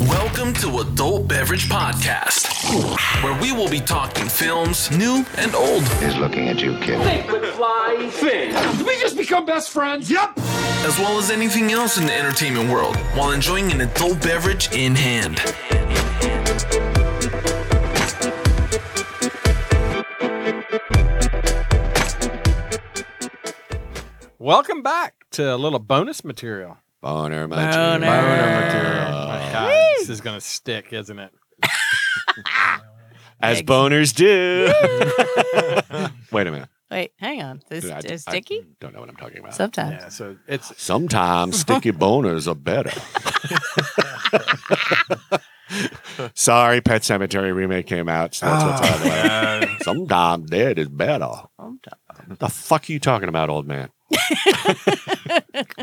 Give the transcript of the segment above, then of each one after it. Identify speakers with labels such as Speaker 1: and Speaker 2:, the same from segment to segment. Speaker 1: Welcome to Adult Beverage Podcast, where we will be talking films, new and old,
Speaker 2: is looking at you, kid.
Speaker 3: fly thing. Did we just become best friends? Yep.
Speaker 1: as well as anything else in the entertainment world, while enjoying an adult beverage in hand.
Speaker 4: Welcome back to a little bonus material.
Speaker 2: Boner, Uh, my
Speaker 5: Boner.
Speaker 2: dear.
Speaker 5: Boner.
Speaker 4: Oh, My God, this is gonna stick, isn't it?
Speaker 2: As boners do. Wait a minute.
Speaker 5: Wait, hang on. This
Speaker 2: Dude, I-
Speaker 5: is
Speaker 2: I
Speaker 5: sticky
Speaker 2: don't know what I'm talking about.
Speaker 5: sometimes.
Speaker 4: Yeah. So it's
Speaker 2: Sometimes sticky boners are better. Sorry, Pet Cemetery remake came out. So that's
Speaker 4: Oh,
Speaker 2: what's on there. Sometimes dead is better. The fuck are you talking about, old man?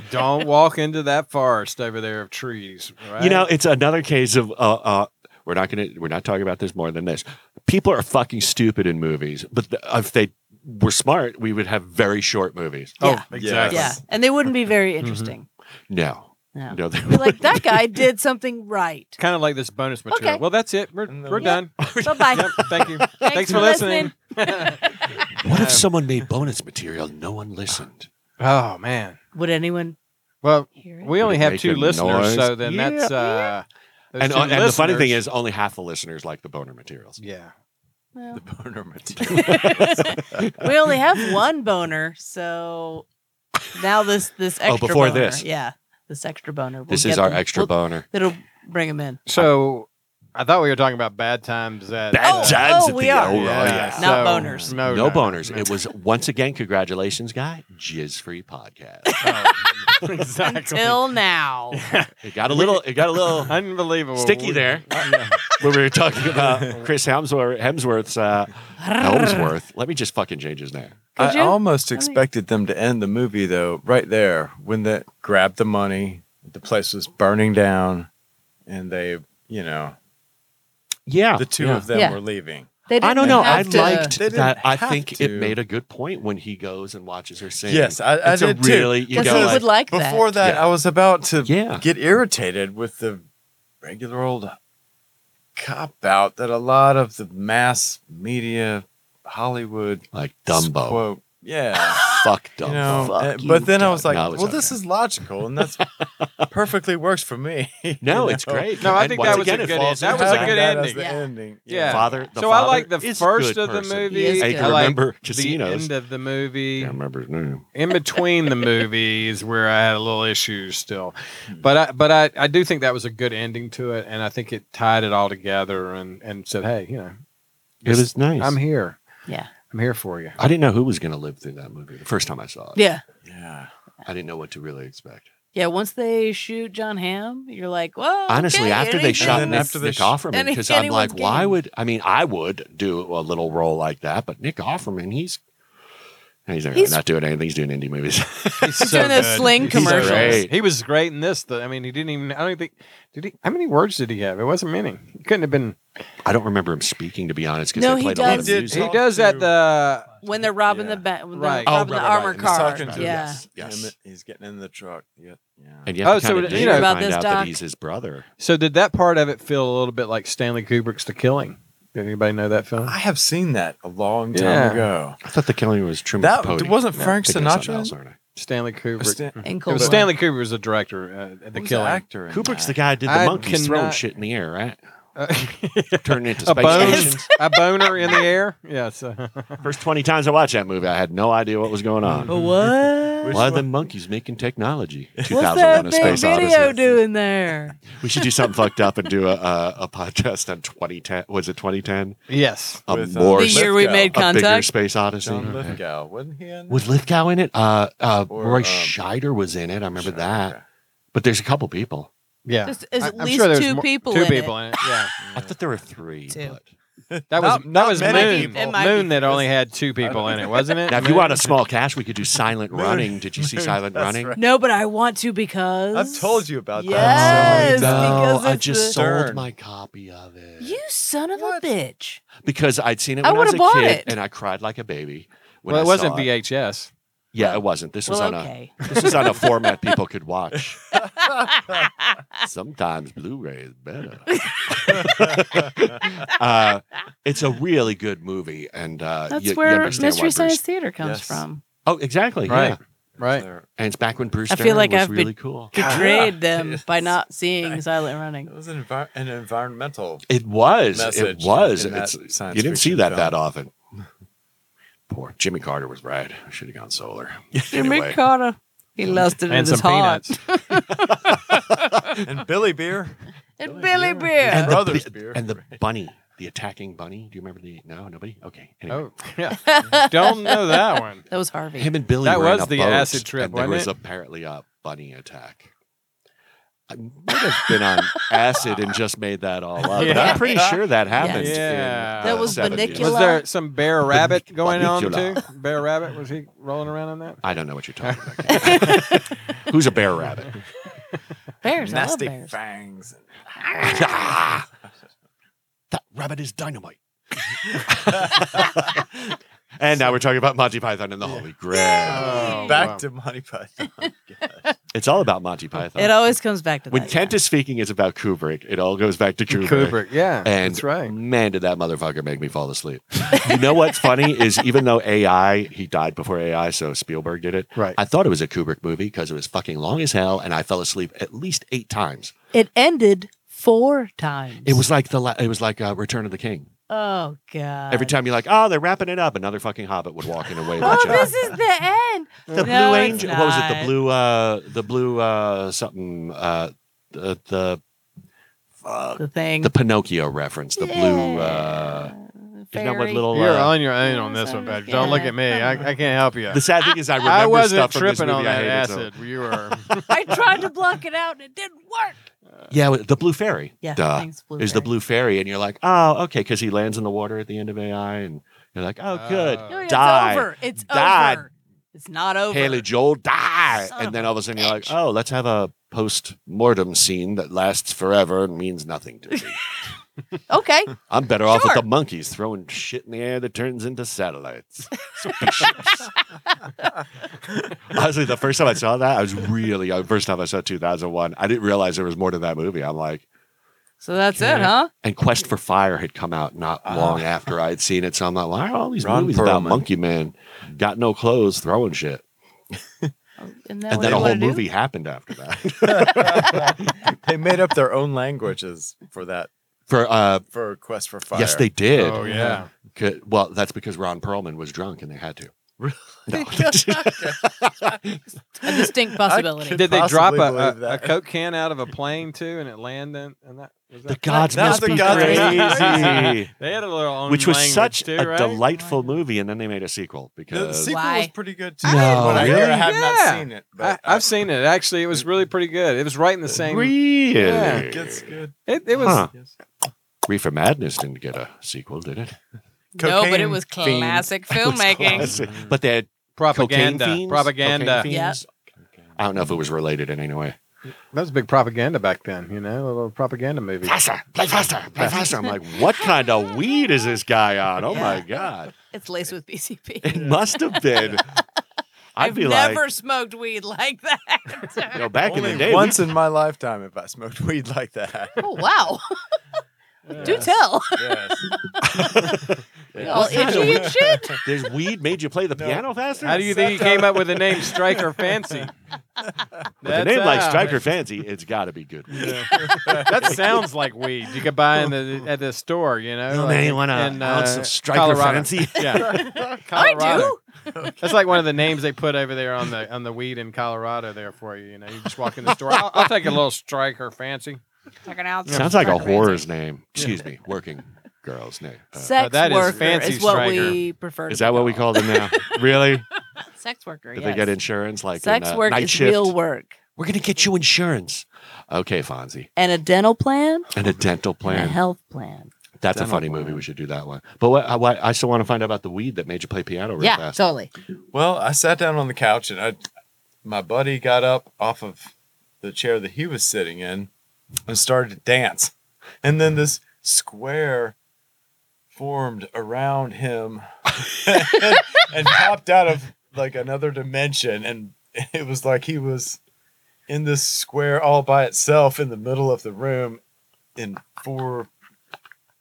Speaker 4: don't walk into that forest over there of trees. Right?
Speaker 2: You know, it's another case of uh, uh, we're not gonna we're not talking about this more than this. People are fucking stupid in movies, but th- if they were smart, we would have very short movies.
Speaker 4: Oh,
Speaker 5: Yeah.
Speaker 4: exactly.
Speaker 5: Yeah, and they wouldn't be
Speaker 2: Mm-hmm.
Speaker 5: very interesting.
Speaker 2: No,
Speaker 5: No.
Speaker 2: no, they
Speaker 5: Be like that guy did something right.
Speaker 4: Kind of like this bonus material.
Speaker 5: Okay.
Speaker 4: Well, that's it. We're, we're done.
Speaker 5: Bye bye.
Speaker 4: Yep, thank you. Thanks, for
Speaker 5: for
Speaker 4: listening.
Speaker 2: What if someone made bonus material? and No one listened.
Speaker 4: Oh man.
Speaker 5: Would anyone
Speaker 4: Well,
Speaker 5: hear it?
Speaker 4: we only have
Speaker 2: Make
Speaker 4: two
Speaker 2: a
Speaker 4: listeners,
Speaker 2: noise.
Speaker 4: so then
Speaker 2: Yeah.
Speaker 4: that's uh. those
Speaker 2: And,
Speaker 4: two
Speaker 2: and the funny thing
Speaker 4: listeners-
Speaker 2: is, only half the listeners like the boner materials.
Speaker 4: yeah.
Speaker 5: Well,
Speaker 6: boner material.
Speaker 5: we only have one boner, so now this this extra
Speaker 2: Oh, before
Speaker 5: boner,
Speaker 2: this.
Speaker 5: yeah, this extra boner. We'll
Speaker 2: This is
Speaker 5: get
Speaker 2: our
Speaker 5: them-
Speaker 2: extra
Speaker 5: we'll-
Speaker 2: boner.
Speaker 5: That'll bring him in.
Speaker 4: So I thought we were talking about bad times. At,
Speaker 2: Bad
Speaker 4: uh,
Speaker 2: times.
Speaker 5: oh,
Speaker 2: at
Speaker 5: we
Speaker 2: the-
Speaker 5: are.
Speaker 2: oh, yeah.
Speaker 5: Not boners.
Speaker 4: No,
Speaker 2: no boners. It was once again, congratulations, guy. Jizz free podcast.
Speaker 4: Oh, exactly.
Speaker 5: Until now,
Speaker 2: It got a little. It got a little
Speaker 4: Unbelievable.
Speaker 2: sticky
Speaker 4: We-
Speaker 2: there when we were talking about Chris Hemsworth. Hemsworth's uh, Helmsworth. Let me just fucking change his name.
Speaker 5: Could
Speaker 6: I
Speaker 5: you?
Speaker 6: almost
Speaker 5: Let me-
Speaker 6: expected them to end the movie though, right there when they grabbed the money, the place was burning down, and they, you know,
Speaker 2: Yeah,
Speaker 6: the two
Speaker 2: Oh, yeah.
Speaker 6: of them
Speaker 5: Yeah.
Speaker 6: were leaving.
Speaker 5: they
Speaker 2: I don't
Speaker 5: didn't
Speaker 2: know. I
Speaker 5: have to-
Speaker 2: liked
Speaker 6: They didn't
Speaker 2: that. I
Speaker 6: have
Speaker 2: think it
Speaker 6: to.
Speaker 2: made a good point when he goes and watches her sing.
Speaker 6: Yes, I, I
Speaker 2: It's a
Speaker 6: did too.
Speaker 2: really- you
Speaker 5: Because
Speaker 2: go
Speaker 5: he
Speaker 2: like-
Speaker 5: would like that.
Speaker 6: Before that,
Speaker 2: Yeah.
Speaker 6: I was about to
Speaker 2: Yeah.
Speaker 6: get irritated with the regular old cop out that a lot of the mass media, Hollywood,
Speaker 2: like Dumbo.
Speaker 6: quote, yeah.
Speaker 2: Fuck
Speaker 6: you
Speaker 2: Dumbo.
Speaker 6: know,
Speaker 2: Fuck
Speaker 6: uh,
Speaker 2: you,
Speaker 6: but then I was
Speaker 2: Dumbo.
Speaker 6: like,
Speaker 2: No, it
Speaker 6: well, this
Speaker 2: okay.
Speaker 6: is logical, and that's perfectly works for me. you
Speaker 2: no, it's
Speaker 6: know?
Speaker 2: great.
Speaker 4: No, I
Speaker 2: And
Speaker 4: think
Speaker 2: once
Speaker 4: that was a
Speaker 2: again, it
Speaker 4: good
Speaker 2: falls
Speaker 4: end. That
Speaker 2: into
Speaker 4: was a
Speaker 2: time.
Speaker 4: good
Speaker 6: that as
Speaker 4: ending.
Speaker 6: the
Speaker 5: Yeah.
Speaker 6: ending.
Speaker 4: Yeah.
Speaker 2: Father. The
Speaker 4: so I
Speaker 2: father
Speaker 4: like the
Speaker 2: is
Speaker 4: first
Speaker 2: good
Speaker 4: of the
Speaker 2: person.
Speaker 5: He is
Speaker 4: movie.
Speaker 5: I
Speaker 4: I
Speaker 5: can
Speaker 4: like
Speaker 2: remember
Speaker 4: The
Speaker 2: Casinos.
Speaker 4: end of the
Speaker 2: I
Speaker 4: movie.
Speaker 2: can't remember his name.
Speaker 4: In between the movies, where I had a little issues still,
Speaker 2: Hmm.
Speaker 4: but I but I, I do think that was a good ending to it, and I think it tied it all together and and said, hey, you know,
Speaker 2: It was nice.
Speaker 4: I'm here,
Speaker 5: Yeah,
Speaker 4: I'm here for you.
Speaker 2: I didn't know who was going to live through that movie the first time I saw it.
Speaker 5: yeah,
Speaker 6: Yeah.
Speaker 2: I didn't know what to really expect.
Speaker 5: yeah. Once they shoot John Hamm, you're like, well,
Speaker 2: Honestly,
Speaker 5: okay,
Speaker 2: after they
Speaker 5: anything-
Speaker 2: shot
Speaker 6: And
Speaker 2: Nick,
Speaker 6: then after they
Speaker 2: Nick
Speaker 6: sh-
Speaker 2: Offerman,
Speaker 5: Any-
Speaker 2: because I'm
Speaker 5: anyone's
Speaker 2: like, why
Speaker 5: game.
Speaker 2: would I mean I would do a little role like that, but Nick Offerman, he's he's, not-
Speaker 5: He's-
Speaker 2: not doing anything. He's doing indie movies.
Speaker 5: He's doing those sling
Speaker 4: He's
Speaker 5: commercials.
Speaker 2: great.
Speaker 4: He was great in this. Though. I mean, he didn't even. I don't think. Did he? How many words did he have? It wasn't many. He couldn't have been.
Speaker 2: I don't remember him speaking to be honest, because
Speaker 5: No,
Speaker 2: they
Speaker 5: he
Speaker 2: played a lot of
Speaker 5: does.
Speaker 6: He did-
Speaker 2: music.
Speaker 4: He does at the.
Speaker 5: when they're robbing the ba- when they're
Speaker 4: Right.
Speaker 5: robbing
Speaker 2: Oh, right,
Speaker 5: the
Speaker 2: right,
Speaker 5: armor
Speaker 2: right.
Speaker 6: He's
Speaker 5: car.
Speaker 6: talking to
Speaker 5: yeah,
Speaker 2: Yes,
Speaker 6: Him,
Speaker 2: yes.
Speaker 6: he's getting in the truck. Yeah. yeah.
Speaker 2: And you have
Speaker 4: Oh,
Speaker 2: to
Speaker 4: so
Speaker 2: kind
Speaker 4: it-
Speaker 2: of
Speaker 4: you
Speaker 2: dig
Speaker 4: know-
Speaker 2: to
Speaker 5: About
Speaker 2: find
Speaker 5: this,
Speaker 2: out
Speaker 5: Doc.
Speaker 2: that he's his brother.
Speaker 4: So did that part of it feel a little bit like Stanley Kubrick's The Killing? Did anybody know that film?
Speaker 6: I have seen that a long time
Speaker 4: Yeah.
Speaker 6: ago.
Speaker 2: I thought the killing was Truman
Speaker 6: That
Speaker 2: Capote.
Speaker 6: wasn't
Speaker 2: No,
Speaker 6: Frank
Speaker 2: thinking of something
Speaker 6: Sinatra?
Speaker 2: else, aren't I?
Speaker 4: Stanley Kubrick.
Speaker 6: Stan-
Speaker 5: in
Speaker 4: it
Speaker 5: Cold
Speaker 4: was
Speaker 5: War.
Speaker 4: Stanley Kubrick was the director uh, at The
Speaker 6: Who's
Speaker 4: Killing.
Speaker 6: actor in
Speaker 2: Kubrick's
Speaker 6: that?
Speaker 2: the guy who did the
Speaker 4: I
Speaker 2: monkeys throwing
Speaker 4: cannot-
Speaker 2: shit in the air, right?
Speaker 4: Uh,
Speaker 2: Turning into
Speaker 4: a
Speaker 2: space
Speaker 4: boner,
Speaker 2: stations.
Speaker 4: a boner in the air. Yes.
Speaker 2: First twenty times I watched that movie, I had no idea what was going on.
Speaker 5: But what?
Speaker 2: Why are the monkeys making technology?
Speaker 5: What's
Speaker 2: 2001:
Speaker 5: that
Speaker 2: A
Speaker 5: big
Speaker 2: Space
Speaker 5: video
Speaker 2: Odyssey.
Speaker 5: doing there?
Speaker 2: We should do something fucked up and do a, a, a podcast on 2010. Was it 2010?
Speaker 4: yes.
Speaker 2: A
Speaker 6: With, uh,
Speaker 2: more
Speaker 5: The
Speaker 6: Lithgow.
Speaker 5: year we made
Speaker 2: a bigger
Speaker 5: contact.
Speaker 2: Space Odyssey.
Speaker 6: John
Speaker 2: Okay.
Speaker 6: Lithgow, wasn't he in?
Speaker 2: Was Lithgow in it? Uh, uh,
Speaker 6: Or,
Speaker 2: Roy
Speaker 6: um,
Speaker 2: Scheider was in it. I remember
Speaker 6: Sure,
Speaker 2: that.
Speaker 6: okay.
Speaker 2: But there's a couple people.
Speaker 4: Yeah.
Speaker 5: Just- there's
Speaker 4: I-
Speaker 5: at
Speaker 4: I'm
Speaker 5: least
Speaker 4: there's
Speaker 5: two
Speaker 4: more-
Speaker 5: people
Speaker 4: Two
Speaker 5: in it.
Speaker 4: people in it. Yeah.
Speaker 2: I thought there were three.
Speaker 5: Two.
Speaker 2: but-
Speaker 4: That was
Speaker 6: Not-
Speaker 4: that
Speaker 6: not
Speaker 4: was
Speaker 6: many
Speaker 4: Moon.
Speaker 6: people. It
Speaker 5: might
Speaker 4: Moon
Speaker 5: be-
Speaker 4: that only had two people in it, wasn't it?
Speaker 2: Now, if you want a small cash, we could do Silent
Speaker 6: Moon.
Speaker 2: Running. Did you see Silent
Speaker 6: That's
Speaker 2: Running? Oh,
Speaker 6: right.
Speaker 5: No, but I want to because
Speaker 6: I've told you about that.
Speaker 5: Yes,
Speaker 6: so many times.
Speaker 2: No,
Speaker 5: because
Speaker 2: I
Speaker 5: it's
Speaker 2: just
Speaker 5: the-
Speaker 2: sold
Speaker 6: Darn.
Speaker 2: my copy of it.
Speaker 5: You son of
Speaker 6: What?
Speaker 5: a bitch!
Speaker 2: Because I'd seen it
Speaker 5: I
Speaker 2: when I, was
Speaker 5: would've
Speaker 2: a
Speaker 5: bought
Speaker 2: kid,
Speaker 5: it.
Speaker 2: and I cried like a baby. When
Speaker 4: Well,
Speaker 2: I
Speaker 4: it wasn't
Speaker 2: saw
Speaker 4: VHS.
Speaker 2: Yeah, it wasn't. This was
Speaker 5: well,
Speaker 2: on
Speaker 5: okay.
Speaker 2: a uh, this was on a format people could watch. Sometimes Blu-ray is better. uh, it's a really good movie, and uh,
Speaker 5: That's
Speaker 2: you- you
Speaker 5: where
Speaker 2: understand why
Speaker 5: Mystery
Speaker 2: Bruce-
Speaker 5: Science Theater comes
Speaker 6: Yes.
Speaker 5: from.
Speaker 2: Oh, exactly.
Speaker 4: Right.
Speaker 2: Yeah.
Speaker 4: Right.
Speaker 6: There-
Speaker 2: And it's back when Bruce.
Speaker 5: I feel
Speaker 2: Dern
Speaker 5: like
Speaker 2: was
Speaker 5: I've been-
Speaker 2: really cool.
Speaker 5: Betrayed them
Speaker 6: Yes.
Speaker 5: by not seeing Silent
Speaker 6: It
Speaker 5: Running.
Speaker 6: was an, envir- an environmental.
Speaker 2: It was. It
Speaker 6: Message
Speaker 2: was.
Speaker 6: in that
Speaker 2: It's,
Speaker 6: science
Speaker 2: you didn't see
Speaker 6: fiction
Speaker 2: that
Speaker 6: film.
Speaker 2: that often. Poor Jimmy Carter was right. I should have gone solar.
Speaker 5: Jimmy
Speaker 2: Anyway.
Speaker 5: Carter. He lost it in
Speaker 4: And
Speaker 5: his
Speaker 4: some
Speaker 5: heart.
Speaker 4: peanuts.
Speaker 6: And Billy Beer.
Speaker 5: And Billy
Speaker 6: Beer.
Speaker 5: Beer.
Speaker 6: And
Speaker 2: the
Speaker 6: Brothers
Speaker 2: bu-
Speaker 6: beer.
Speaker 2: And the bunny, the attacking bunny. Do you remember the? No, nobody. Okay. Anyway.
Speaker 4: Oh, yeah. Don't know that one.
Speaker 5: that was Harvey.
Speaker 2: Him and Billy.
Speaker 4: That
Speaker 2: were in
Speaker 4: was
Speaker 2: a
Speaker 4: the
Speaker 2: boat,
Speaker 4: acid trip,
Speaker 2: and there was
Speaker 4: wasn't
Speaker 2: apparently a bunny attack. I might have been on acid and just made that all up. But
Speaker 4: Yeah.
Speaker 2: I'm pretty sure that happened.
Speaker 4: Yes.
Speaker 2: in
Speaker 4: Yeah.
Speaker 2: the
Speaker 4: That
Speaker 5: was
Speaker 2: 70s.
Speaker 5: Benicula.
Speaker 4: Was there some bear rabbit going on too?
Speaker 2: Caligula.
Speaker 4: Bear rabbit was he rolling around on that?
Speaker 2: I don't know what you're talking about. Kevin. Who's a bear rabbit?
Speaker 5: bears. I love
Speaker 6: Nasty
Speaker 5: bears.
Speaker 6: fangs.
Speaker 2: Ah! that rabbit is dynamite. and now we're talking about Monty Python and the Holy Grail.
Speaker 4: Oh,
Speaker 6: Back
Speaker 4: wow.
Speaker 6: to Monty Python.
Speaker 2: It's all about Monty Python.
Speaker 5: It always comes back to that.
Speaker 2: when Kent is speaking, it's about Kubrick. It all goes back to Kubrick.
Speaker 4: Kubrick. Yeah,
Speaker 2: And
Speaker 4: that's right.
Speaker 2: man, did that motherfucker make me fall asleep. you know what's funny is even though AI, he died before AI, so Spielberg did it.
Speaker 4: Right.
Speaker 2: I thought it was a Kubrick movie because it was fucking long as hell, and I fell asleep at least eight times.
Speaker 5: yeah. It ended four times.
Speaker 2: It was like the la- it was like uh, Return of the King.
Speaker 5: Oh God.
Speaker 2: Every time you're like, oh, they're wrapping it up, another fucking hobbit would walk in and wave
Speaker 5: Oh,
Speaker 2: at you.
Speaker 5: this is the end.
Speaker 2: The blue
Speaker 5: No, it's
Speaker 2: angel. What was it?
Speaker 5: not.
Speaker 2: The blue uh the blue uh something uh the the fuck,
Speaker 5: The thing.
Speaker 2: the Pinocchio reference, the blue uh you know what little
Speaker 4: You're
Speaker 2: uh,
Speaker 4: on your own on this one,
Speaker 5: Sorry,
Speaker 4: Badger. Don't look
Speaker 5: yeah.
Speaker 4: at me. I, I can't help you.
Speaker 2: the sad thing is I remember
Speaker 4: I wasn't
Speaker 2: stuff from this
Speaker 4: tripping
Speaker 2: movie
Speaker 4: on that
Speaker 2: I hated, so-
Speaker 4: acid. You were.
Speaker 5: I tried to block it out and it didn't work.
Speaker 2: Yeah, with- the blue fairy.
Speaker 5: Yeah,
Speaker 2: Duh.
Speaker 5: thanks, Blue.
Speaker 2: Is the blue fairy, and you're like, oh, okay, because he lands in the water at the end of AI, and you're like, oh, good,
Speaker 4: Oh.
Speaker 5: No, it's
Speaker 2: die,
Speaker 5: over. It's
Speaker 2: Die.
Speaker 5: over. It's not over.
Speaker 2: Haley Joel, die,
Speaker 5: Son of
Speaker 2: and then all of a sudden you're like,
Speaker 5: bitch.
Speaker 2: oh, let's have a post mortem scene that lasts forever and means nothing to me.
Speaker 5: Okay.
Speaker 2: I'm better off with
Speaker 5: Sure.
Speaker 2: the monkeys throwing shit in the air that turns into satellites. Spaceships. Honestly, the first time I saw that, I was really uh, first time I saw 2001. I didn't realize there was more to that movie. I'm like,
Speaker 5: So that's it,
Speaker 4: Okay.
Speaker 5: huh?
Speaker 2: and Quest for Fire had come out not long after I had seen it, so I'm like, why are all these
Speaker 6: Ah. Ron
Speaker 2: movies about
Speaker 6: Perlman.
Speaker 2: Monkey Man? Got no clothes, throwing shit,
Speaker 5: Isn't that
Speaker 2: and
Speaker 5: what
Speaker 2: then
Speaker 5: they
Speaker 2: a whole
Speaker 5: wanna do?
Speaker 2: movie happened after that
Speaker 6: they made up their own languages for that
Speaker 2: for uh,
Speaker 6: for Quest for Fire.
Speaker 2: Yes, they did.
Speaker 4: Oh yeah.
Speaker 2: C- Well, that's because Ron Perlman was drunk and they had to. No.
Speaker 5: A distinct possibility.
Speaker 6: could-
Speaker 4: Did they drop
Speaker 6: possibly believe
Speaker 4: a, a, a
Speaker 6: that.
Speaker 4: coke can out of a plane too, and it landed? And that was
Speaker 2: the
Speaker 4: that.
Speaker 2: gods
Speaker 6: That's
Speaker 2: must
Speaker 6: the
Speaker 2: be
Speaker 6: gods must be
Speaker 2: crazy.
Speaker 4: They had a little own
Speaker 2: Which was
Speaker 4: language,
Speaker 2: such
Speaker 4: too,
Speaker 2: a
Speaker 4: right?
Speaker 2: delightful movie, and then they made a sequel
Speaker 6: The
Speaker 2: because
Speaker 6: sequel
Speaker 5: Why?
Speaker 6: was pretty good too.
Speaker 2: No,
Speaker 6: When I hear,
Speaker 2: really?
Speaker 6: I have not
Speaker 4: Yeah.
Speaker 6: seen it.
Speaker 4: I,
Speaker 6: But
Speaker 4: I've seen it actually. It was really pretty good. It was right in the same.
Speaker 2: really
Speaker 4: Yeah.
Speaker 6: it. It's good.
Speaker 4: it, it was
Speaker 2: Huh. Reefer Madness didn't get a sequel, did it?
Speaker 5: no, but it
Speaker 6: Cocaine
Speaker 5: was
Speaker 6: fiend.
Speaker 5: classic
Speaker 2: It was
Speaker 5: filmmaking.
Speaker 2: classic. But they had
Speaker 4: propaganda.
Speaker 2: cocaine fiends,
Speaker 4: propaganda.
Speaker 2: cocaine fiends. I don't know if it was related in any way.
Speaker 4: That was big propaganda back then. You know, a little propaganda movie.
Speaker 2: Faster, play faster, play faster. I'm like, what kind of weed is this guy on? Oh my
Speaker 5: Yeah.
Speaker 2: god,
Speaker 5: It's laced with BCP.
Speaker 2: it must have been. I'd
Speaker 5: I've
Speaker 2: be
Speaker 5: never
Speaker 2: like,
Speaker 5: smoked weed like
Speaker 2: you
Speaker 5: that.
Speaker 2: know, back in the
Speaker 6: Only
Speaker 2: day,
Speaker 6: once in my lifetime have I smoked weed like that.
Speaker 5: oh wow! Do
Speaker 6: Yes,
Speaker 5: tell.
Speaker 6: yes.
Speaker 5: We all itchy and shit.
Speaker 2: Does weed made you play the piano faster?
Speaker 4: How do you think he came up with the name Striker Fancy?
Speaker 2: With a
Speaker 4: That's
Speaker 2: name like
Speaker 4: how-
Speaker 2: Striker Fancy, it's got to be good. Weed.
Speaker 4: That sounds like weed you could buy in the at the store. You know,
Speaker 2: You
Speaker 4: like
Speaker 2: may want
Speaker 4: in,
Speaker 2: an ounce
Speaker 4: uh,
Speaker 2: of Striker
Speaker 4: Colorado.
Speaker 2: Fancy.
Speaker 4: Yeah,
Speaker 5: I
Speaker 4: Colorado.
Speaker 5: do.
Speaker 4: That's like one of the names they put over there on the on the weed in Colorado there for you. You know, you just walk in the store. I'll, I'll take a little Striker Fancy.
Speaker 5: Like an ounce.
Speaker 2: Sounds
Speaker 5: of
Speaker 2: like a
Speaker 5: Striker
Speaker 2: horror's name. Excuse me, working girl's name.
Speaker 5: Fancy.
Speaker 2: Uh,
Speaker 5: Sex
Speaker 4: that is
Speaker 5: worker is,
Speaker 4: fancy
Speaker 5: what
Speaker 4: Striker.
Speaker 5: we prefer. to
Speaker 2: is that what we call them now? really?
Speaker 5: called? Sex worker.
Speaker 2: Did
Speaker 5: yes.
Speaker 2: they get insurance? Like
Speaker 5: Sex
Speaker 2: in, uh,
Speaker 5: work
Speaker 2: night
Speaker 5: is
Speaker 2: shift?
Speaker 5: real work,
Speaker 2: We're gonna get you insurance. Okay, Fonzie,
Speaker 5: and a dental plan,
Speaker 2: and a dental
Speaker 5: and a
Speaker 2: plan.
Speaker 5: health plan.
Speaker 2: That's a
Speaker 6: Dental
Speaker 2: funny movie.
Speaker 6: plan.
Speaker 2: We should do that one. But what, I, what- I still want to find out about the weed that made you play piano real
Speaker 5: yeah,
Speaker 2: fast.
Speaker 5: totally.
Speaker 6: Well, I sat down on the couch and I, my buddy got up off of the chair that he was sitting in and started to dance. And then this square formed around him and popped out of like another dimension, and it was like he was in this square all by itself in the middle of the room in four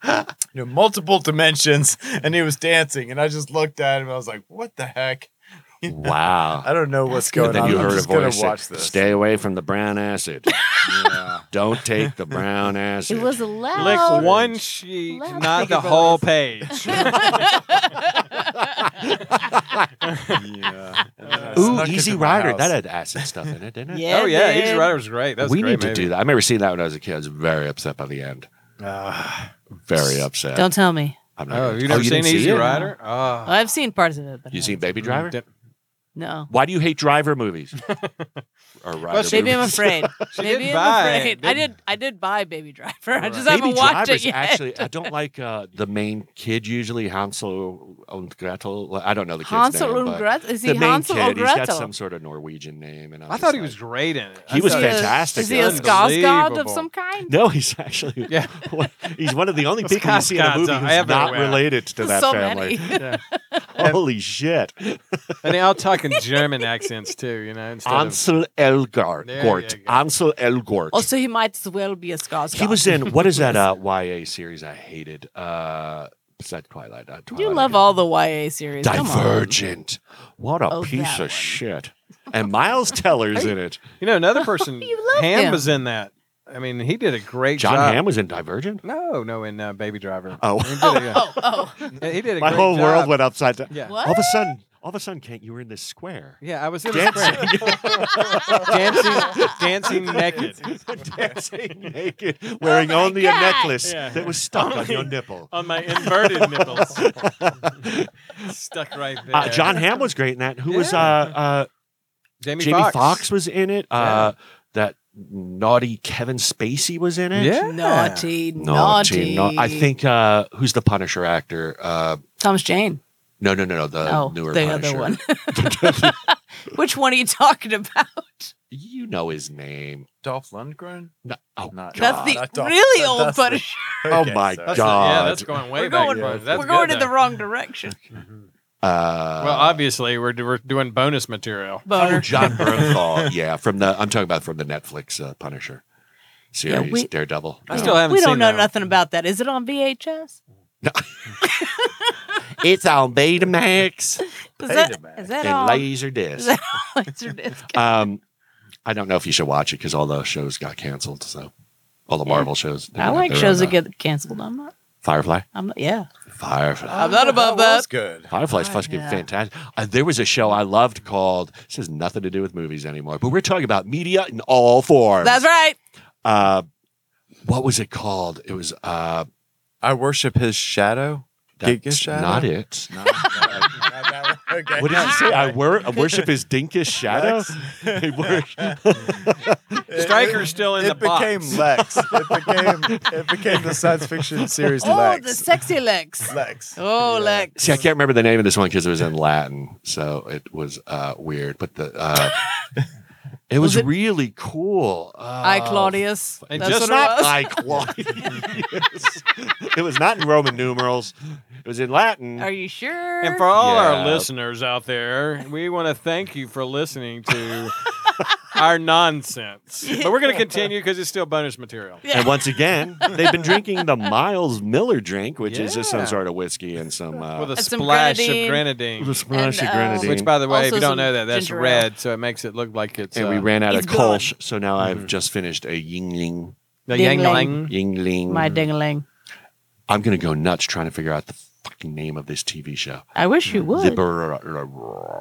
Speaker 6: you know multiple dimensions and he was dancing and i just looked at him i was like what the heck
Speaker 2: Wow.
Speaker 6: i don't know what's
Speaker 5: good.
Speaker 2: And
Speaker 6: going
Speaker 2: then
Speaker 6: on
Speaker 2: you
Speaker 6: i'm
Speaker 2: heard a
Speaker 6: just gonna
Speaker 2: voice say,
Speaker 6: watch this
Speaker 2: Stay away from the brown acid.
Speaker 4: Yeah.
Speaker 2: Don't take the brown acid.
Speaker 5: It was allowed.
Speaker 4: Lick
Speaker 2: Loud.
Speaker 4: one sheet,
Speaker 5: Loud
Speaker 4: not the
Speaker 5: speakerphone.
Speaker 4: whole page.
Speaker 6: yeah And then I
Speaker 2: Ooh,
Speaker 6: snuck
Speaker 2: Easy
Speaker 6: into my
Speaker 2: Rider.
Speaker 6: house.
Speaker 2: That had acid stuff in it, didn't it?
Speaker 5: Yeah,
Speaker 4: oh yeah,
Speaker 5: man.
Speaker 4: Easy Rider was great. That was a
Speaker 2: we
Speaker 4: great
Speaker 2: need to
Speaker 4: movie.
Speaker 2: do that. I remember seeing that when I was a kid. I was very upset by the end. Very upset.
Speaker 5: Don't tell me.
Speaker 2: I'm not
Speaker 4: Ah. Oh,
Speaker 2: gonna-
Speaker 4: you never seen
Speaker 2: didn't see
Speaker 4: Easy
Speaker 2: it?
Speaker 4: Rider? Mm, Oh. Mm-hmm.
Speaker 5: I've seen parts of it. But I
Speaker 2: Ah. You seen
Speaker 5: haven't
Speaker 2: Baby Driver?
Speaker 4: Dip-
Speaker 5: No.
Speaker 2: Why do you hate driver movies? or rider
Speaker 4: Well, she-
Speaker 5: Maybe I'm
Speaker 2: movies?
Speaker 5: afraid.
Speaker 4: She
Speaker 5: Maybe
Speaker 4: did
Speaker 5: I'm
Speaker 4: buy it,
Speaker 5: afraid. I
Speaker 4: didn't-
Speaker 5: did. I did buy Baby Driver. I just
Speaker 4: Right.
Speaker 5: haven't watched
Speaker 2: Driver's
Speaker 5: it yet.
Speaker 2: Actually, I don't like uh, the main kid usually, Hansel and Gretel. Well, I don't know the kid's
Speaker 5: Hansel
Speaker 2: name,
Speaker 5: and
Speaker 2: but
Speaker 5: Gretel. Is he
Speaker 2: the main
Speaker 5: Hansel
Speaker 2: kid,
Speaker 5: or Gretel?
Speaker 2: He's got some sort of Norwegian name, and I'm
Speaker 4: I
Speaker 2: just
Speaker 4: thought he
Speaker 2: like-
Speaker 4: was great in it.
Speaker 2: He
Speaker 4: I
Speaker 2: was
Speaker 5: Is
Speaker 4: thought-
Speaker 5: he a-
Speaker 2: fantastic
Speaker 5: Is he a
Speaker 2: in it.
Speaker 5: Skarsgård of
Speaker 4: Unbelievable.
Speaker 5: some kind?
Speaker 2: No, he's actually
Speaker 4: Yeah. uh,
Speaker 2: he's one of the only people you see in a
Speaker 4: Skarsgård's
Speaker 2: movie
Speaker 4: are
Speaker 2: who's not
Speaker 4: everywhere.
Speaker 2: related to that
Speaker 5: so
Speaker 2: family.
Speaker 5: many.
Speaker 2: Holy shit!
Speaker 4: And they all talk in German accents too, you know. Instead of,
Speaker 2: Ansel Elgort.
Speaker 4: There you go.
Speaker 2: Ansel Elgort.
Speaker 5: also, Oh, he might as well be a Skarsgård.
Speaker 2: He was in what is that uh, YA series I hated? Uh, besides Twilight, uh, Twilight
Speaker 5: You love all the YA series. Come on.
Speaker 2: Divergent. What a
Speaker 5: Oh,
Speaker 2: piece
Speaker 5: that
Speaker 2: of
Speaker 5: one.
Speaker 2: shit! And Miles Teller's in it.
Speaker 4: you know, another person,
Speaker 5: You love
Speaker 4: Ham
Speaker 5: him.
Speaker 4: was in that. I mean, he did a great
Speaker 2: John
Speaker 4: job.
Speaker 2: Hamm was in Divergent.
Speaker 4: No, no, in uh, Baby Driver.
Speaker 2: Oh.
Speaker 4: he did
Speaker 5: Oh,
Speaker 4: a,
Speaker 5: oh, oh.
Speaker 4: yeah, he did a
Speaker 2: My
Speaker 4: great
Speaker 2: whole world
Speaker 4: job.
Speaker 2: went upside down.
Speaker 4: Yeah,
Speaker 5: What?
Speaker 2: All of a sudden, all of a sudden, Kent, you were in this square.
Speaker 4: yeah, I was in the
Speaker 2: Dancing,
Speaker 4: square. dancing, dancing naked.
Speaker 2: dancing naked, wearing
Speaker 5: Oh my
Speaker 2: only a
Speaker 5: God.
Speaker 2: necklace
Speaker 4: Yeah.
Speaker 2: that was stuck on
Speaker 4: Only-
Speaker 2: your nipple.
Speaker 4: on my inverted nipples. Oh. Stuck right there.
Speaker 2: Uh, John Hamm was great in that. Who was uh,
Speaker 4: Yeah.
Speaker 2: uh,
Speaker 4: Jamie,
Speaker 2: Jamie
Speaker 4: Foxx.
Speaker 2: Foxx was in it. Uh, That naughty Kevin Spacey was in it.
Speaker 4: Yeah.
Speaker 5: Naughty, naughty,
Speaker 2: Naughty, nau- I think uh, who's the Punisher actor? Uh,
Speaker 5: Thomas Jane.
Speaker 2: no, no, no, no. The
Speaker 5: oh,
Speaker 2: newer
Speaker 5: the
Speaker 2: Punisher.
Speaker 5: other one. Which one are you talking about?
Speaker 2: You know his name.
Speaker 6: dolph lundgren
Speaker 2: No- oh,
Speaker 6: Not-
Speaker 2: God.
Speaker 5: that's the
Speaker 6: I don't-
Speaker 5: really
Speaker 6: that-
Speaker 5: old
Speaker 6: that's the-
Speaker 5: Punisher.
Speaker 2: Oh my
Speaker 6: so-
Speaker 4: That's
Speaker 2: God.
Speaker 4: yeah, that's going way
Speaker 5: We're
Speaker 4: back.
Speaker 5: going,
Speaker 4: far. That's
Speaker 5: we're
Speaker 4: good,
Speaker 5: going in
Speaker 4: though.
Speaker 5: the wrong direction.
Speaker 2: uh,
Speaker 4: Well, obviously, we're, we're doing bonus material.
Speaker 5: Boner.
Speaker 2: Oh, John Bernthal. yeah, from the I'm talking about from the Netflix uh, Punisher series,
Speaker 5: we-
Speaker 2: Daredevil.
Speaker 4: I still haven't
Speaker 5: we don't
Speaker 4: seen
Speaker 5: know
Speaker 4: that
Speaker 5: nothing about that. Is it on VHS?
Speaker 2: It's on Betamax
Speaker 5: Is that,
Speaker 6: Betamax.
Speaker 5: is that
Speaker 2: and
Speaker 5: all? Is
Speaker 2: Laserdisc.
Speaker 5: that all Laserdisc?
Speaker 2: um, I don't know if you should watch it because all the shows got canceled. So all the
Speaker 5: Yeah.
Speaker 2: Marvel shows. they
Speaker 5: I
Speaker 2: got
Speaker 5: like
Speaker 2: their
Speaker 5: shows
Speaker 2: own,
Speaker 5: that
Speaker 2: uh,
Speaker 5: get canceled. I'm not.
Speaker 2: Firefly.
Speaker 5: I'm not. Yeah.
Speaker 2: Firefly.
Speaker 5: I'm not above that.
Speaker 6: Oh, was good
Speaker 2: Firefly's
Speaker 5: Oh,
Speaker 2: fucking
Speaker 5: yeah.
Speaker 2: fantastic. Uh, there was a show I loved called. This has nothing to do with movies anymore, but we're talking about media in all forms.
Speaker 5: That's right.
Speaker 2: Uh, what was it called? It was. Uh,
Speaker 6: i worship his shadow Giga
Speaker 2: that's
Speaker 6: Shadow?
Speaker 2: not it.
Speaker 6: No, no, no, no, okay.
Speaker 2: What did you say? I, wor- I worship his dinkish shadow. I wor-
Speaker 4: Stryker's still in
Speaker 6: it
Speaker 4: the box.
Speaker 6: became Lex. It became it became the science fiction series
Speaker 5: Oh,
Speaker 6: Lex.
Speaker 5: the sexy Lex.
Speaker 6: Lex.
Speaker 5: Oh, Lex.
Speaker 2: See, I can't remember the name of this one because it was in Latin, so it was uh, weird. But the uh, it was,
Speaker 5: Was it-
Speaker 2: really cool. Uh,
Speaker 5: I Claudius.
Speaker 4: Oh. And
Speaker 5: That's
Speaker 4: just
Speaker 5: what it
Speaker 2: not
Speaker 5: was.
Speaker 2: I Claudius. it was not in Roman numerals. It was in Latin.
Speaker 5: Are you sure?
Speaker 4: And for all our
Speaker 2: Yeah.
Speaker 4: listeners out there, we want to thank you for listening to our nonsense. But we're going to continue because it's still bonus material.
Speaker 5: Yeah.
Speaker 2: And once again, they've been drinking the Miles Miller drink, which is just some
Speaker 4: Yeah.
Speaker 2: sort of whiskey and some uh,
Speaker 4: With a
Speaker 5: And some
Speaker 4: splash
Speaker 5: grenadine.
Speaker 4: of grenadine.
Speaker 2: with a splash
Speaker 5: And,
Speaker 2: of
Speaker 5: um,
Speaker 2: grenadine.
Speaker 4: Which, by the way, if
Speaker 5: Also
Speaker 4: you don't
Speaker 5: some
Speaker 4: know that, that's
Speaker 5: ginger ale.
Speaker 4: red, so it makes it look like it's
Speaker 2: and
Speaker 4: uh,
Speaker 2: we ran out of
Speaker 5: It's gone.
Speaker 2: Kolsch, so now I've just finished a Yingling.
Speaker 4: the Yang
Speaker 5: Ding Lang.
Speaker 4: Lang.
Speaker 2: Yingling.
Speaker 5: My ding-a-ling.
Speaker 2: I'm gonna go nuts trying to figure out the fucking name of this TV show.
Speaker 5: I wish you would.
Speaker 2: Libera-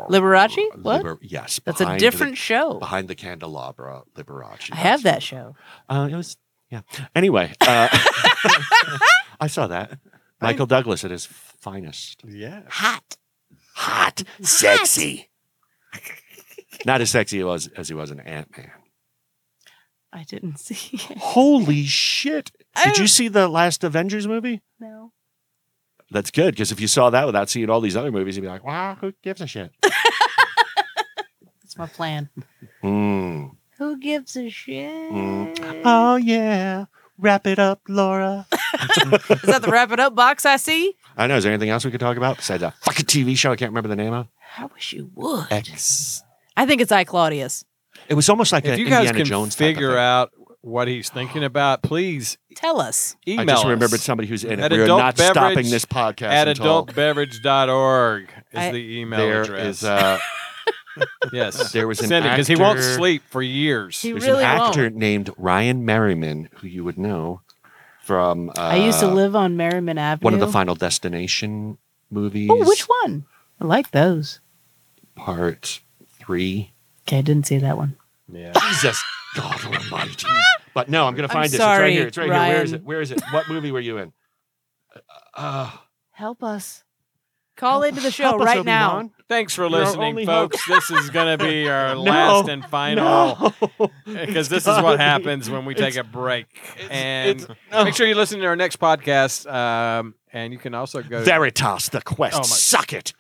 Speaker 5: Liberace? What?
Speaker 2: Liber- yes,
Speaker 5: That's a
Speaker 2: Behind the-
Speaker 5: different show.
Speaker 2: behind the candelabra, Liberace.
Speaker 5: I have that show.
Speaker 2: Uh, it was yeah. Anyway, uh, I saw that Michael Douglas at his finest,
Speaker 4: Yeah.
Speaker 5: Hot.
Speaker 2: hot, sexy. Not as sexy he was as he was in Ant Man.
Speaker 5: I didn't see it.
Speaker 2: Holy shit!
Speaker 5: I
Speaker 2: Did you
Speaker 5: don't-
Speaker 2: see the last Avengers movie?
Speaker 5: No.
Speaker 2: That's good because if you saw that without seeing all these other movies, you'd be like, "Wow, who gives a shit?"
Speaker 5: That's my plan.
Speaker 2: Mm.
Speaker 5: Who gives a shit?
Speaker 2: Oh yeah, wrap it up, Laura.
Speaker 5: Is that the wrap it up box I see?
Speaker 2: I know. Is there anything else we could talk about besides that fucking TV show I can't remember the name of?
Speaker 5: I wish you would.
Speaker 2: Eh. X.
Speaker 5: I think it's I Claudius.
Speaker 2: It was almost like an
Speaker 4: if you guys
Speaker 2: Indiana
Speaker 4: can
Speaker 2: Jones type of
Speaker 4: figure
Speaker 2: thing.
Speaker 4: out what he's thinking about, please
Speaker 5: Tell us.
Speaker 4: email
Speaker 2: I just
Speaker 4: us.
Speaker 2: remembered somebody who's in it.
Speaker 4: At
Speaker 2: We are
Speaker 4: adult
Speaker 2: not stopping
Speaker 4: beverage-
Speaker 2: this podcast
Speaker 4: at
Speaker 2: until
Speaker 4: adultbeverage.org is
Speaker 5: I-
Speaker 4: the email
Speaker 2: there
Speaker 4: address.
Speaker 2: is uh,
Speaker 4: yes,
Speaker 2: there was an
Speaker 4: send it because he won't
Speaker 2: actor-
Speaker 4: sleep for years.
Speaker 5: He
Speaker 2: there's
Speaker 5: really
Speaker 2: an
Speaker 5: won't.
Speaker 2: actor named Ryan Merriman who you would know from uh,
Speaker 5: I used to live on Merriman Avenue.
Speaker 2: one of the Final Destination movies.
Speaker 5: Oh, which one? I like those.
Speaker 2: Part three.
Speaker 5: Okay, I didn't see that one.
Speaker 4: yeah.
Speaker 2: Jesus God Almighty! But no, I'm gonna
Speaker 5: I'm
Speaker 2: find this.
Speaker 5: sorry,
Speaker 2: it's right here. It's right here. Where is
Speaker 5: Ryan.
Speaker 2: it? Where is it? What movie were you in? Uh,
Speaker 5: Help us. Call into the show
Speaker 2: help us,
Speaker 5: right now.
Speaker 2: Obi-Wan.
Speaker 4: Thanks for
Speaker 2: You're our
Speaker 4: listening,
Speaker 2: only hope.
Speaker 4: folks. this is going to be our
Speaker 2: No,
Speaker 4: last and final
Speaker 2: No.
Speaker 4: because
Speaker 2: It's
Speaker 4: this is what
Speaker 2: gotta be-
Speaker 4: happens when we take
Speaker 2: it's-
Speaker 4: a break.
Speaker 2: it's-
Speaker 4: and
Speaker 2: it's- oh. no.
Speaker 4: make sure you listen to our next podcast. Um, and you can also go.
Speaker 2: Veritas, the quest.
Speaker 4: Oh, my-
Speaker 2: Suck it.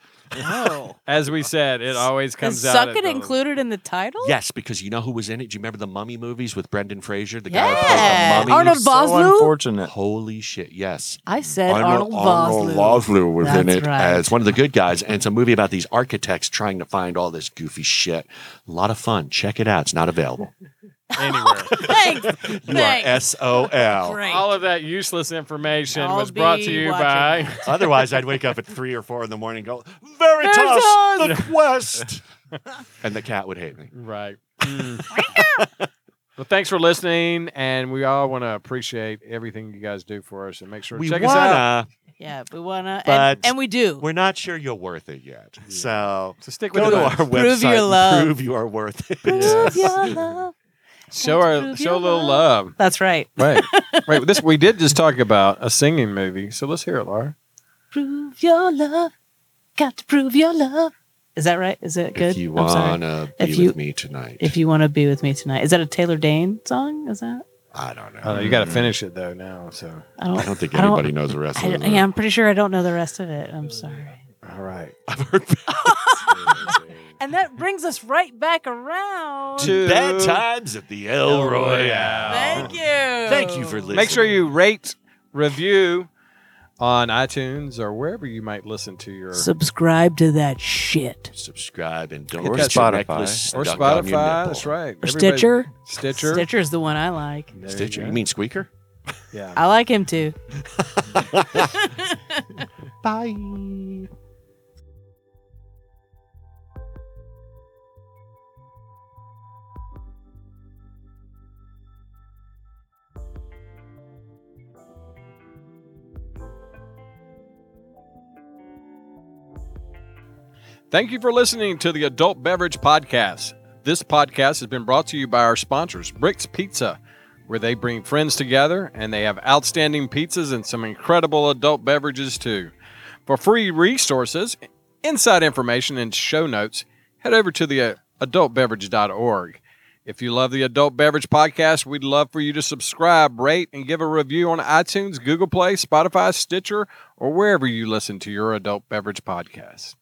Speaker 4: As we said, it always comes
Speaker 5: Is
Speaker 4: out.
Speaker 5: Suck
Speaker 4: at
Speaker 5: It
Speaker 4: the-
Speaker 5: included in the title?
Speaker 2: Yes, because you know who was in it. Do you remember the Mummy movies with Brendan Fraser, the guy
Speaker 5: Yeah.
Speaker 2: who played the Mummy?
Speaker 5: Arnold Vosloo?
Speaker 6: unfortunate.
Speaker 2: Holy shit! Yes,
Speaker 5: I said Arnold, Vosloo.
Speaker 2: Vosloo was in
Speaker 5: That's
Speaker 2: it
Speaker 5: right.
Speaker 2: as one of the good guys, and it's a movie about these architects trying to find all this goofy shit. A lot of fun. Check it out. It's not available.
Speaker 4: anywhere.
Speaker 5: Thanks.
Speaker 2: You
Speaker 5: Thanks.
Speaker 2: are SOL.
Speaker 5: Great.
Speaker 4: All of that useless information
Speaker 5: I'll
Speaker 4: was brought
Speaker 5: be
Speaker 4: to you
Speaker 5: watching
Speaker 4: by.
Speaker 2: Otherwise, I'd wake up at three or four in the morning and go, Veritas,
Speaker 5: Veritas!
Speaker 2: the quest. and the cat would hate me.
Speaker 4: Right. Mm. well, thanks for listening, and we all want to appreciate everything you guys do for us, and make sure to
Speaker 2: We
Speaker 4: check us out.
Speaker 2: wanna,
Speaker 5: Yeah, we wanna,
Speaker 2: But-
Speaker 5: and, and we do.
Speaker 2: we're not sure you're worth it yet. So
Speaker 4: So stick with
Speaker 2: go to our
Speaker 4: us.
Speaker 2: website.
Speaker 5: Prove your
Speaker 2: and
Speaker 5: love.
Speaker 2: Prove you are worth it.
Speaker 5: Prove your love.
Speaker 4: show our
Speaker 5: Prove
Speaker 4: show a
Speaker 5: your
Speaker 4: little
Speaker 5: love.
Speaker 4: love.
Speaker 5: That's right.
Speaker 4: Wait, wait. This we did just talk about a singing movie, so let's hear it, Laura.
Speaker 5: Prove your love. Got to prove your love. Is that right? Is it good?
Speaker 2: If you
Speaker 5: I'm sorry.
Speaker 2: wanna be
Speaker 5: If you-
Speaker 2: with me tonight,
Speaker 5: If you want to be with me tonight. Is that a Taylor Dane song? Is that?
Speaker 2: I don't know.
Speaker 4: I don't know, Oh, you got to finish it though now. So
Speaker 5: I don't.
Speaker 2: I don't think
Speaker 5: I don't-
Speaker 2: anybody knows the rest
Speaker 5: I,
Speaker 2: of it.
Speaker 5: yeah, I'm pretty sure I don't know the rest of it. I'm sorry.
Speaker 4: all right.
Speaker 2: I've heard
Speaker 5: And that brings us right back around.
Speaker 4: Two.
Speaker 2: bad times at the El Royale.
Speaker 5: Thank you.
Speaker 2: Thank you for listening.
Speaker 4: Make sure you rate, review on iTunes or wherever you might listen to your
Speaker 5: Subscribe to that shit.
Speaker 2: subscribe and don't
Speaker 6: Or
Speaker 2: get your
Speaker 6: Spotify.
Speaker 2: necklace
Speaker 4: or
Speaker 2: stuck on your
Speaker 4: Spotify.
Speaker 2: nipple.
Speaker 4: That's right.
Speaker 5: Or
Speaker 4: Everybody-
Speaker 5: Stitcher.
Speaker 4: Stitcher.
Speaker 5: Stitcher's the one I like.
Speaker 4: There you
Speaker 2: Stitcher.
Speaker 4: go.
Speaker 2: You mean squeaker?
Speaker 4: yeah.
Speaker 5: I like him too.
Speaker 2: Bye.
Speaker 4: Thank you for listening to the Adult Beverage Podcast. This podcast has been brought to you by our sponsors, Bricks Pizza, where they bring friends together and they have outstanding pizzas and some incredible adult beverages too. For free resources, inside information, and show notes, head over to the uh, adultbeverage.org. If you love the Adult Beverage Podcast, we'd love for you to subscribe, rate, and give a review on iTunes, Google Play, Spotify, Stitcher, or wherever you listen to your adult beverage podcast.